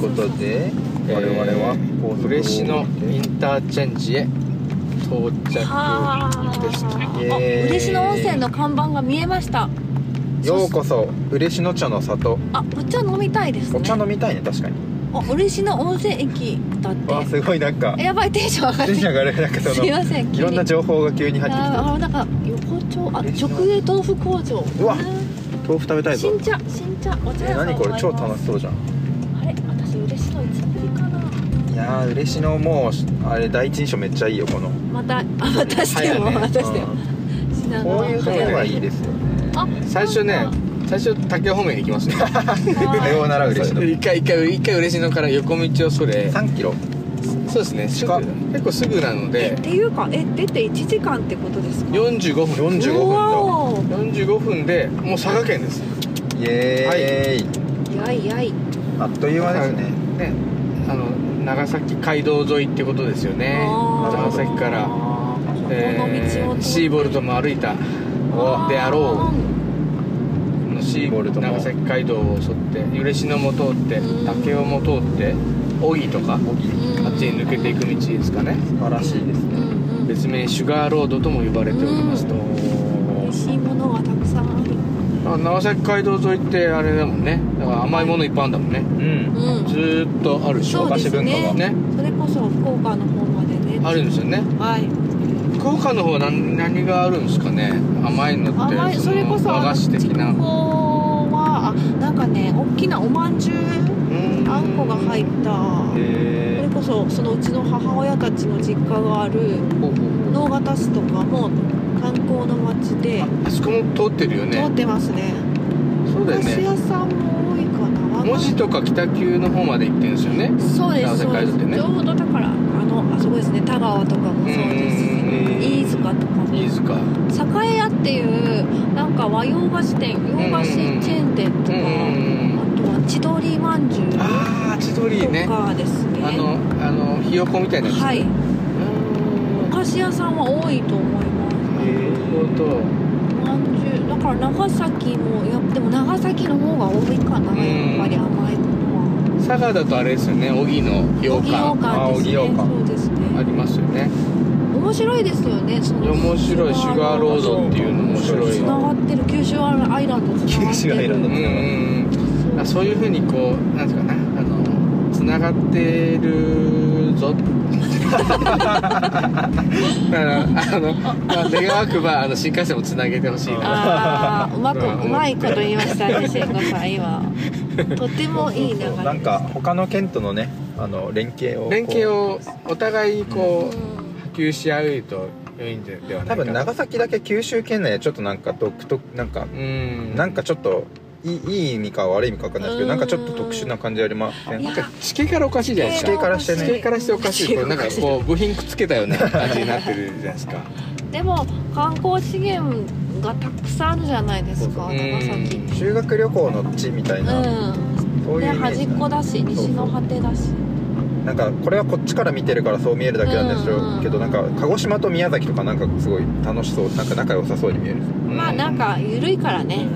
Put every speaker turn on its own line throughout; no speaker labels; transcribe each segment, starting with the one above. ことで
我々は高速を降りて
嬉しのインターチェンジへ到着
は
です
あ
イエーイ
嬉野温泉の看板が見えました
ようこそ嬉野茶の里
あお茶飲みたいですね
お茶飲みたいね確かに
あ嬉野温泉駅だっ
わあ
て
すごいなんか
えやばいテンション上がっ
テ
て
ン
き
ション上がるなんか
た
そ
すい
の
ません急に
いろんな情報が急に入ってきて
ああなんか横丁あ
嬉野
直営豆腐工場
うわ豆腐食べたいぞ
新茶新茶お茶
え
屋さん
何これ超楽し
し
そうじゃん
あれ私嬉野いつぶりかない
やー嬉野もうあれ第一印象めっちゃいいよこの
またあまたしても
早いね
またしても
うん
品川
こういうところはいいですよ
あ
最初ね
なんか
最初竹方面に行きますね
さようなら嬉野
一回一回一回嬉野から横道をそれ
3キロ
そうですねすぐ
近っ
結構すぐなの
え
で
っていうかえ出て1時間ってことですか
45分
45分
おー
45分でもう佐賀県です
イエーイ、
やいやい
あっという間ですね
ねあの長崎街道沿いってことですよね
あー
長崎から
この
え
道を
ー
通
シーボルトも歩いた
あー
であろうこのシーボルトも長崎街道を沿って嬉野も通って
うん
武雄も通って小木とかあっ
大きい
うん
ちに抜けていく道ですかね
素晴らしいです
う
ね
んうん
別名シュガーロードとも呼ばれておりますと
美味しいものがたくさんある
あ長崎街道沿いってあれだもんねだから甘いものいっぱいあるんだもんね
うん
うん
ずーっとあるでし
そ
ょ
うですね
お菓子文化がね
それこそ福岡の方までね
あるんですよね
はい
福岡の方は何何があるんですかね甘いのって
甘い
の
それこそ
和菓子的な
あの筑豊はあなんかね大きなおまんじゅうあんこが入ったそれ
え
こそそのうちの母親たちの実家がある
の
能形市とかも観光の街で
あそこも通ってるよ
通
ね
ってますね
そう
お
だよ
菓子
ね
屋さんも多いかなわかんない
文字とか北急の方まで行ってるんですよね
そうですそ
長崎
うで
街道って
す
ね
ちょうどだからあのあそこですね田川とかもそうですし
うんうんうんうん
飯塚とかも
飯塚
栄屋っていうなんか和洋菓子店洋菓子チェーン店とか、
うん
あとは千鳥まんじゅうと
ああ千鳥ね
かですね
あのあのひよこみたいなやつ
はいう
ーん
お菓子屋さんは多いと思います
なるほど
まんじゅうだから長崎もいやでも長崎の方が多いかな、
うん
やっぱり甘いものは
佐賀だとあれですよね小木の羊
洋
羹
館ですね
青木羊羹
そうです
あ
ね
りますよね
面白いですよねその
面白いシュガーロードっていうの面白い
つながってる九州アイランドつながってる
九州アイランド
うーんあそういうふうにこうなんていうかなあのつながってるぞ だからあの、まあ、願わくばあの新幹線もつなげてほしいな
ああうまく
うん
うまいこと言いましたね慎吾さん今とてもいい流れでした
なんか他の県とのねあの連携をこう
連携をお互いに
う
こ
ん
う普及し合うと良いんではな
多
いか
分長崎だけ九州県内はちょっとなんか独特なんか
う、ん
なんかちょっといいいい意味か悪い意味か分かんないですけどなんかちょっと特殊な感じありません
いや
なんか地形からおかしいじゃないです
地
か
形からしてね
地形からしておかしい
地
こ
形
うなんかこう部品くっつけたような感じになってるじゃないですか
でも観光資源がたくさんあるじゃないですか
そうそう
長崎
うん
修学旅行の地みたいな、
う
そ
ん
うい
で
うイメー
端
ジ
っこだし西の果てだし
なんかこれはこっちから見てるからそう見えるだけなんですよ、
うんうん
けどなんか鹿児島と宮崎とかなんかすごい楽しそうなんか仲良さそうに見える
まあなんか緩いからね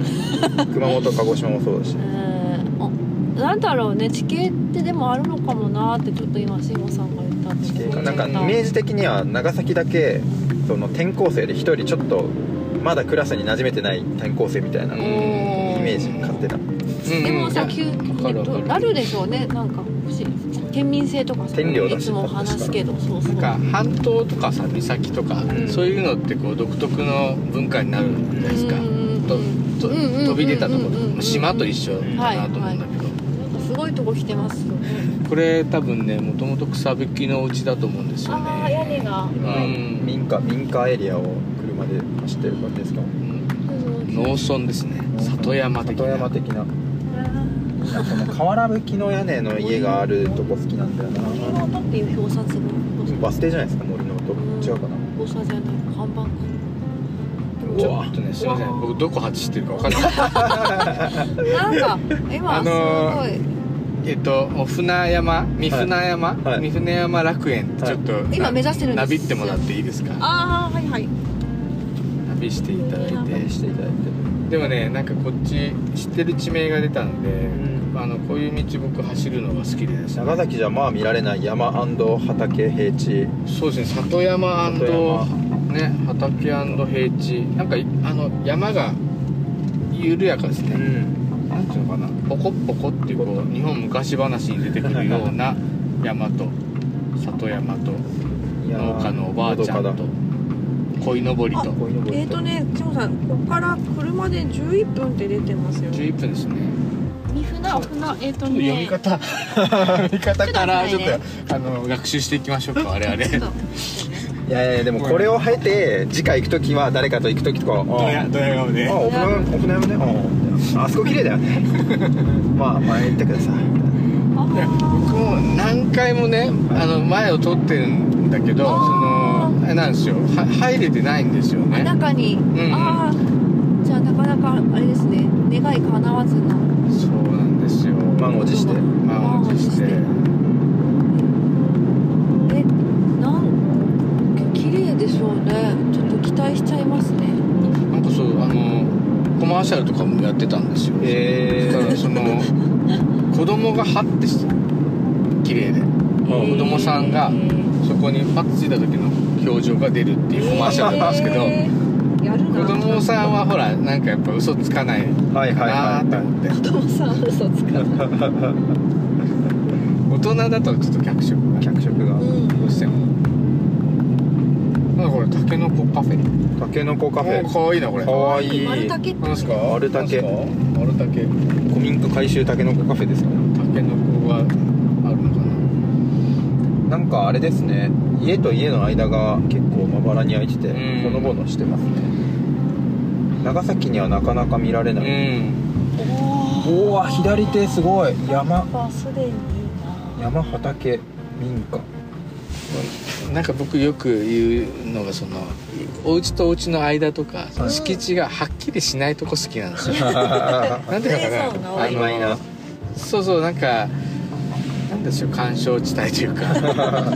熊本鹿児島もそうだし
うんおなんだろうね地形ってでもあるのかもなーってちょっと今慎吾さんが言ったんで
地形
思
か
っ
なんか
ち
イ
ゃった
メージ的には長崎だけその転校生で一人ちょっとまだクラスに馴染めてない転校生みたいな
う
イ
ん
メージ勝手な
でもさ、急
かるわかる
なるでしょうね、なんか、もし県民性とかさ、
天領だ
い
し
つも話すけど、そうそう。
なんか半島とかさ岬とか、
ん
そういうのってこう独特の文化になるじゃないですか、
うん
とと
うんうんうんうん
飛び出たとこ
うんうんうん
ろ島と一緒だなと思うんだけど、
なんかすごいとこ来てますよね。
これ多分ねもともと草引きのお家だと思うんですよね
ああ、屋根が。
うん
民家民家エリアを車で走ってる感じですか
うん
うん
農村ですね里山的な
里山的ななんかその瓦葺きの屋根の家があるとこ好きなんだよ
森
な
の音っていう表札が。
バス停じゃないですか森の音違うかな
表札じゃない、看板か。
ちょっとねすいません僕どこ外してるか分か んない
なんか、今、
あ
す
の
ごい。
えっとお船山三船山、
はい
三船山楽園ってちょっと、
い今目指してるんですよ
ナビってもらっていいですか
ああ、はいはい。
ナビしていただいて
していただいて
でもねなんかこっち知ってる地名が出たんで、
う
あのこういう道僕走るのが好きでですね
長崎じゃまあ見られない山畑平地
そうですね里山
里山
ね畑平地なんかいあの山が緩やかですね、
ん
なんていうのかなポコッポコっていうこう日本昔話に出てくるような山と里山と
いやー
農家のおばあちゃん
の
と
どか
鯉のぼりと
だ鯉のぼり
えっ、とね、千穂さん、ここから車で11分って出てますよね。
11分ですね
三船お船えっ、と
ちょっと
ね
読み方読み方からち
ち
ょ
ょっ
っと
と待
あの学習していきましょうか我々
ちょっと
いやいやでもこれを経て次回行く時は誰かと行く時とか
ドヤ
あ
ドヤ顔で
あお船山お船山ねあああそこ綺麗だよ ねまあ前行ってください
いや僕も何回もねあの前を取ってるんだけどそ
あー
のあれなんですよは入れてないんですよ
あ
ね
中に、
ん
ああ、じゃあなかなかあれですね、願い叶わずな。
そうなんですよ
満を持して
満を持して
え、なん、綺麗でしょうね。ちょっと期待しちゃいますね。
なんかそうあのコマーシャルとかもやってたんですよ
え
だからその子供がハッてして綺麗で子供さんがそこにパッとついた時の表情が出るっていうコマーシャルなんですけど、
えーやるな。
子供さんはほらなんかやっぱ嘘つかない
はいはい
なーって
は
思って、
子供さんは嘘つかない。
大人だとちょっと逆色が
い客色が
うん
どうしてもなんだこれタケノコカフェ
たけのこカフ
お
ェ
ーかわいいなこれ
かわいい
丸竹って
何ですか
丸竹
丸竹
古民家改修たけのこカフェですかね
タケノコがあるのか
なんかあれですね家と家の間が結構まばらに空いてて
うん
ほのぼのしてますね長崎にはなかなか見られ
な
な
う
い、
ん
うおお左手すごい山
あすでにいいな
山畑民家
なんか僕よく言うのがそのお家とお家の間とか、
はい
敷地がはっきりしないとこ好きなんですよなんていうのかな
あ
曖昧な
そうそうなんかなんでしょう干渉地帯と いうかなんか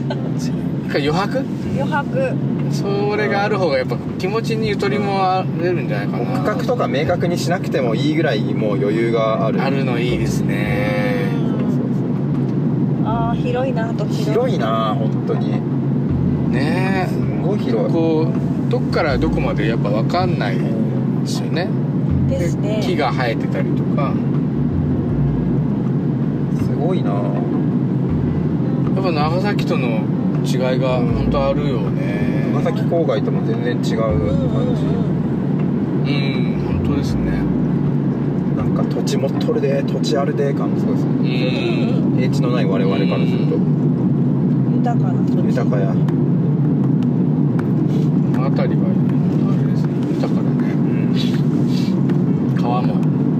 余白
余白。
それがある方がやっぱ気持ちにゆとりも出るんじゃないか
もう
な
区画とか明確にしなくてもいいぐらいもう余裕がある
あるのいいですね
ああ、広いなと広い。
広いな本当に
ね
すごい広い
こうどっからどこまでやっぱ分かんないですよね
ですね。
木が生えてたりとか
すごいな
やっぱ長崎との違いが本当あるよね
長崎郊外とも全然違う感じ、
うん本当ですね
なんか土地持っとるで土地あるで感すごいですね
うん
平地のない我々からすると
豊かな土地
豊かや
この辺りは本当あれですね豊かだね川も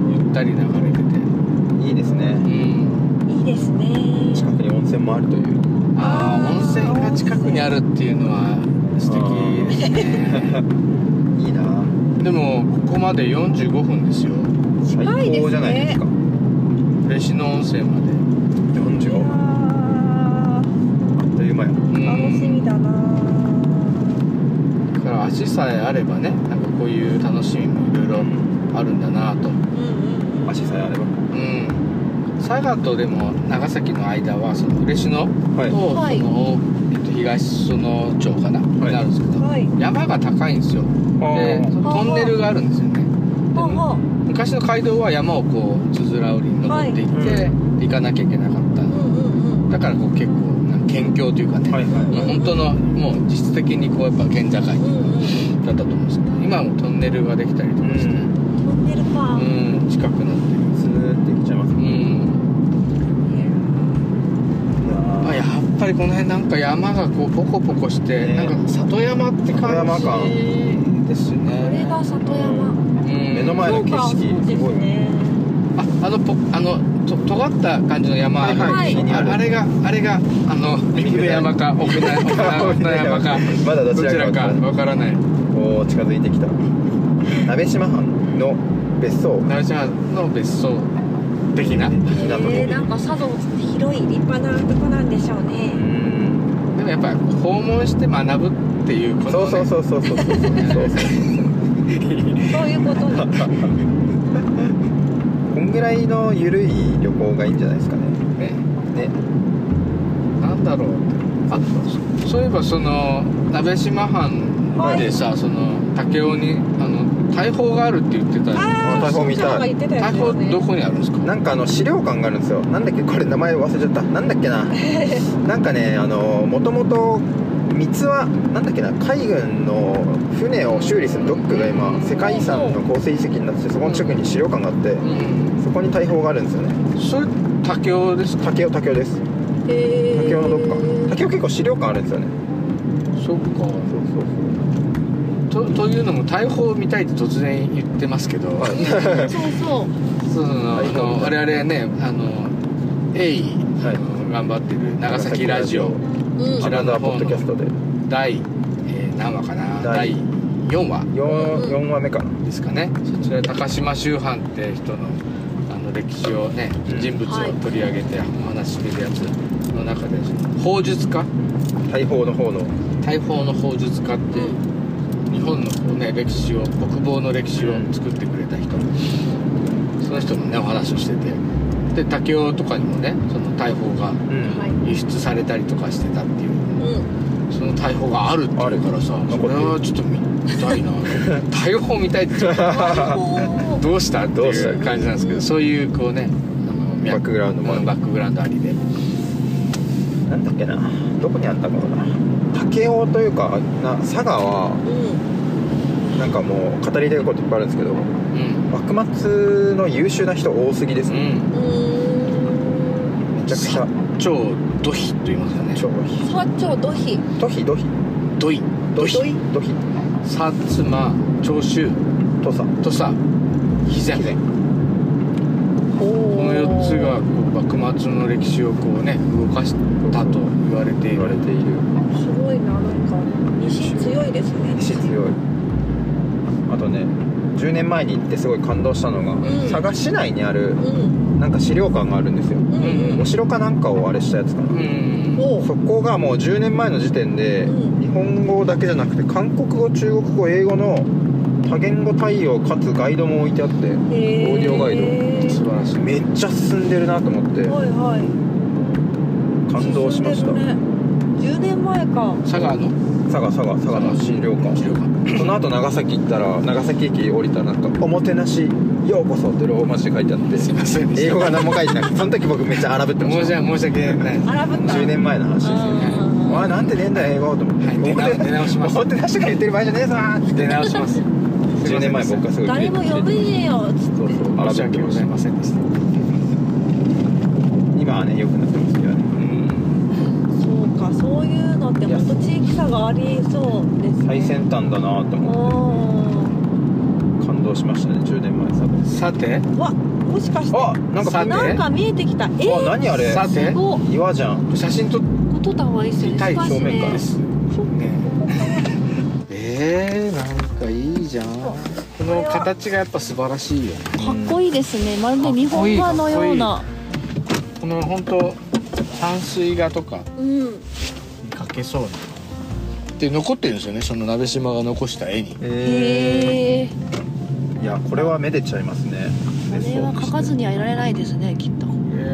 ゆったり流れてて
いいです
う
ね
ん
いいですね
近くに温泉もあるという
ああ温泉が近くにあるっていうのは素敵ですね
いいな
でもここまで45分ですよ
最
近いですね
高じゃないですか
嬉野温泉まで
いや
45分
ー
あっという間や
うん
楽しみだな
だから足さえあればねなんかこういう楽しみもいろいろあるんだなと
うんうん
足さえあれば
うん佐賀とでも長崎の間はその嬉野と
は
そ
い
の、
はい
えっと、東園町かな、に
い
なるんですけど
はい
山が高いんですよでそのトンネルがあるんですよね
ほうほう
昔の街道は山をこうつづら折りに登っていって、
はい
で行かなきゃいけなかった
うんうん
だからこう結構なんか県境というかね、
はい
もう
は
本当のもう実質的にこうやっぱ県境だった
うんうんうん
と思うんですけど今はもうトンネルができたりとかし
う
て、う
トンネルか
ん近くなってる
いスーッて行っちゃいます
う
ね
んあ
い
や
や
っぱりこの辺なんか山がこうポコポコして、
ね
なんか里山って
里
感
山
じ
感
です
これ
ね
が里山
うん
ー目の前の景
そうかそう
色
です
ごい
ね
ああのポあのと尖った感じの山あるんですよ、
はい
はい
ああれがあれがあの三船山か奥な奥な 奥な山か
まだど
どち
ち
ら
ら
か
か
わからない
おお近づいてきた鍋島藩の別荘
成島の別荘的な
的なとこ
えーなんかさぞ広い立派なとこなんでしょう
う
ね
ん
でもやっぱ訪問して学ぶっていうこと
そうそうそうそうそうそうそうそう
う
そういうことね
こんぐらいの緩い旅行がいいんじゃないですかね
ね
ね
なんだろうあそそういえばその鍋島
はい
藩でさ、その武雄にあの大砲があるって言ってた
ああ
台本見たい
言ってた
大砲
よね
どこにあるんですか
なんかあの資料館があるんですよなんだっけこれ名前忘れちゃったなんだっけななんかねあのもともと三つはなんだっけな海軍の船を修理するドックが今世界遺産の構成遺跡になっててそこの近くに資料館があって
うん
そこに大砲があるんですよね
それ武雄ですか
竹雄竹雄です
へー
竹雄のどっか竹雄結構資料館あるんですよね
そっか
そうそう
とというのも大砲見たいって突然言ってますけど、
うんそうそう
そのあ
大砲
の
見たい
我々ねあの鋭意、
はい
あの頑張ってる長崎ラジオ
うん
こちら
アナ
の
ザー
方の
ポッドキャストで
第、えー何話かな
第
第4話
4, 四話目かな
ですかねそちら高島周藩って人のあの歴史をね
うん
人物を取り上げてお話ししてるやつの中でその砲術家
大砲の方の
大砲の砲術家って日本のこうね歴史を国防の歴史を作ってくれた人その人のねお話をしててで武雄とかにもねその大砲が
うん
はい
輸出されたりとかしてたっていう
うん
その大砲があるって言うからさ
ある
それはちょっと見た いな大砲見たいってちょっと
大砲
どうしたって
どうし
い
た
う感じなんですけどそういうこうねあの
バックグラウンドもある
うんバックグラウンドありで
なんだっけなどこにあったかな武雄というかな佐賀は
うん
なんかもう語りたいこといっぱいあるんですけど
うん
幕末の優秀な人多すぎです
う
ね、
ん
う
めちゃくちゃ
超ドヒと言いますかね
超
ーん薩長土肥
ドヒドヒ
ドイ
ドヒ
ドヒ
ドヒ
薩摩長州
土佐
とさ肥前
肥前
この4つがこう幕末の歴史をこうね動かしたと言われてい
言われ
る
ている
すごいななんか西強いですね
西強いあとね10年前に行ってすごい感動したのが、
ん
佐賀市内にある
うん
なんか資料館があるんですよ
うんうん
お城かなんかをあれしたやつかな
うん
おう
そこがもう10年前の時点で、
うん
日本語だけじゃなくて韓国語中国語英語の多言語対応かつガイドも置いてあって
オー
オーディオガイド
素晴らしい
めっちゃ進んでるなと思って
はいはい
感動しました、
進んでるね10年前か
佐賀の
佐賀佐賀佐賀の資料
資
館
料館
その後長崎行ったら長崎駅降りたらなんか「おもてなしようこそ」ってローマ字で書いてあって
すいませんでした
英語が何も書いてなくてその時僕めっちゃ荒ぶってま
申
し
した訳申し訳ないです
荒ぶった
10年前の話ですよね
うん
わあなんてねえんだよ英語と思って、
はい出直出直します
おもてなしとか言ってる場合じゃねえぞーって
出直 します
10年前僕がすごい
誰も呼べねえよつって
そうそう
申し訳ございませんでした
今はね良くなってますけどね
そうかそういうのって本当地域差がありそうですね
最先端だなと
お
思って感動しましたね10年前さ
さて
ーわもしかして
あなんか
さて
なんか見えてきたえ
あ
ー
何あれ
さて
すごっ
岩じゃん
写真撮っ
ことた方がいいですよね
たい
少しね
正面からですねえー、なんかいいじゃんこの形がやっぱ素晴らしいよね
かっこいいですねまるで日本画のような
この本当淡水画とか
うん
にかけそうなで残ってるんですよねその鍋島が残した絵に
へえ
えー、いやこれはめでちゃいますね
これは描かずにはいられないですねきっと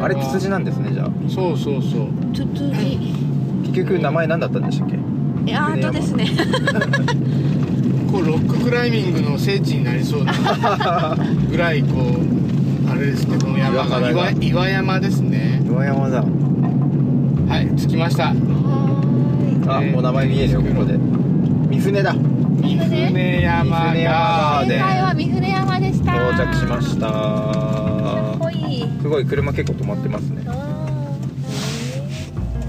あれツツジなんですねじゃあ
そうそうそう
トゥトゥリ
結局名前何だったんでしたっけ
えアートですね
こうロッククライミングの聖地になりそうな ぐらいこうあれですねこの山
岩
が
肌が
岩岩山ですね
岩山だ
はい着きました
は
あ、
えー
もう名前見えるよここで三船だ
三船山
三船
が
山
今
ね
回は三船山でした
到着しました
かっこ
た
いい
すごい車結構止まってますね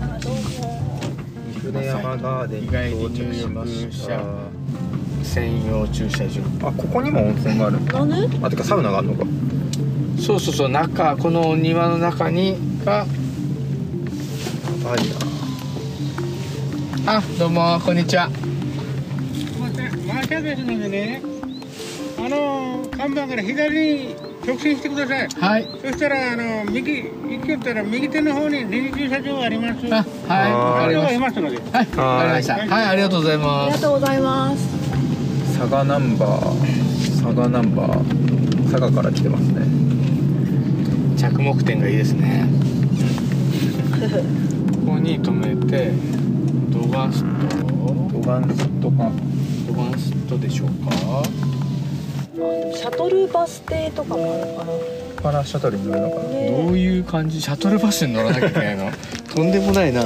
あどうも
三船山ガーデンに到着しましたあ
専用駐車場
ここにも温泉がある
い何
あてかサウナがあるのか
そうそうそう中このお庭の中にが
あいいな
あどうもこんにちは
マーキャーですのでね、あの看板から左に直進してください。
はい
そしたら、あの右、行きよったら右手の方に臨時駐車場があります。
あはいわかり
人
ま
がい
し
ますので。
たはいわかりましたはいありがとうござい
あ
ま
りが
す
とうございます
佐賀ナンバー佐賀ナンバー佐賀から来てますね
着目点がいいですね ここに止めてドガスト
ドガンスとか
ドガストでしょうか
シャトルバス停とかもあるか
パ
な
ラシャトルに乗るのかな
どういう感じシャトルバスに乗らなきゃいけないの とんでもないな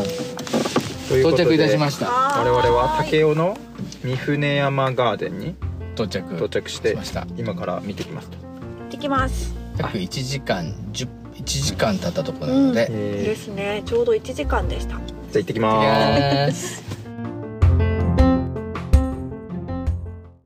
というこ
到
とで
着いたしました
我々
我
は武雄の三船山ガーデンに
到着
到着して
しました
今から見てきますと
行ってきます
約1時間1 1時間経ったところなので、
え
ですねちょうど1時間でした
じゃあ行ってきま
い
ーす
やー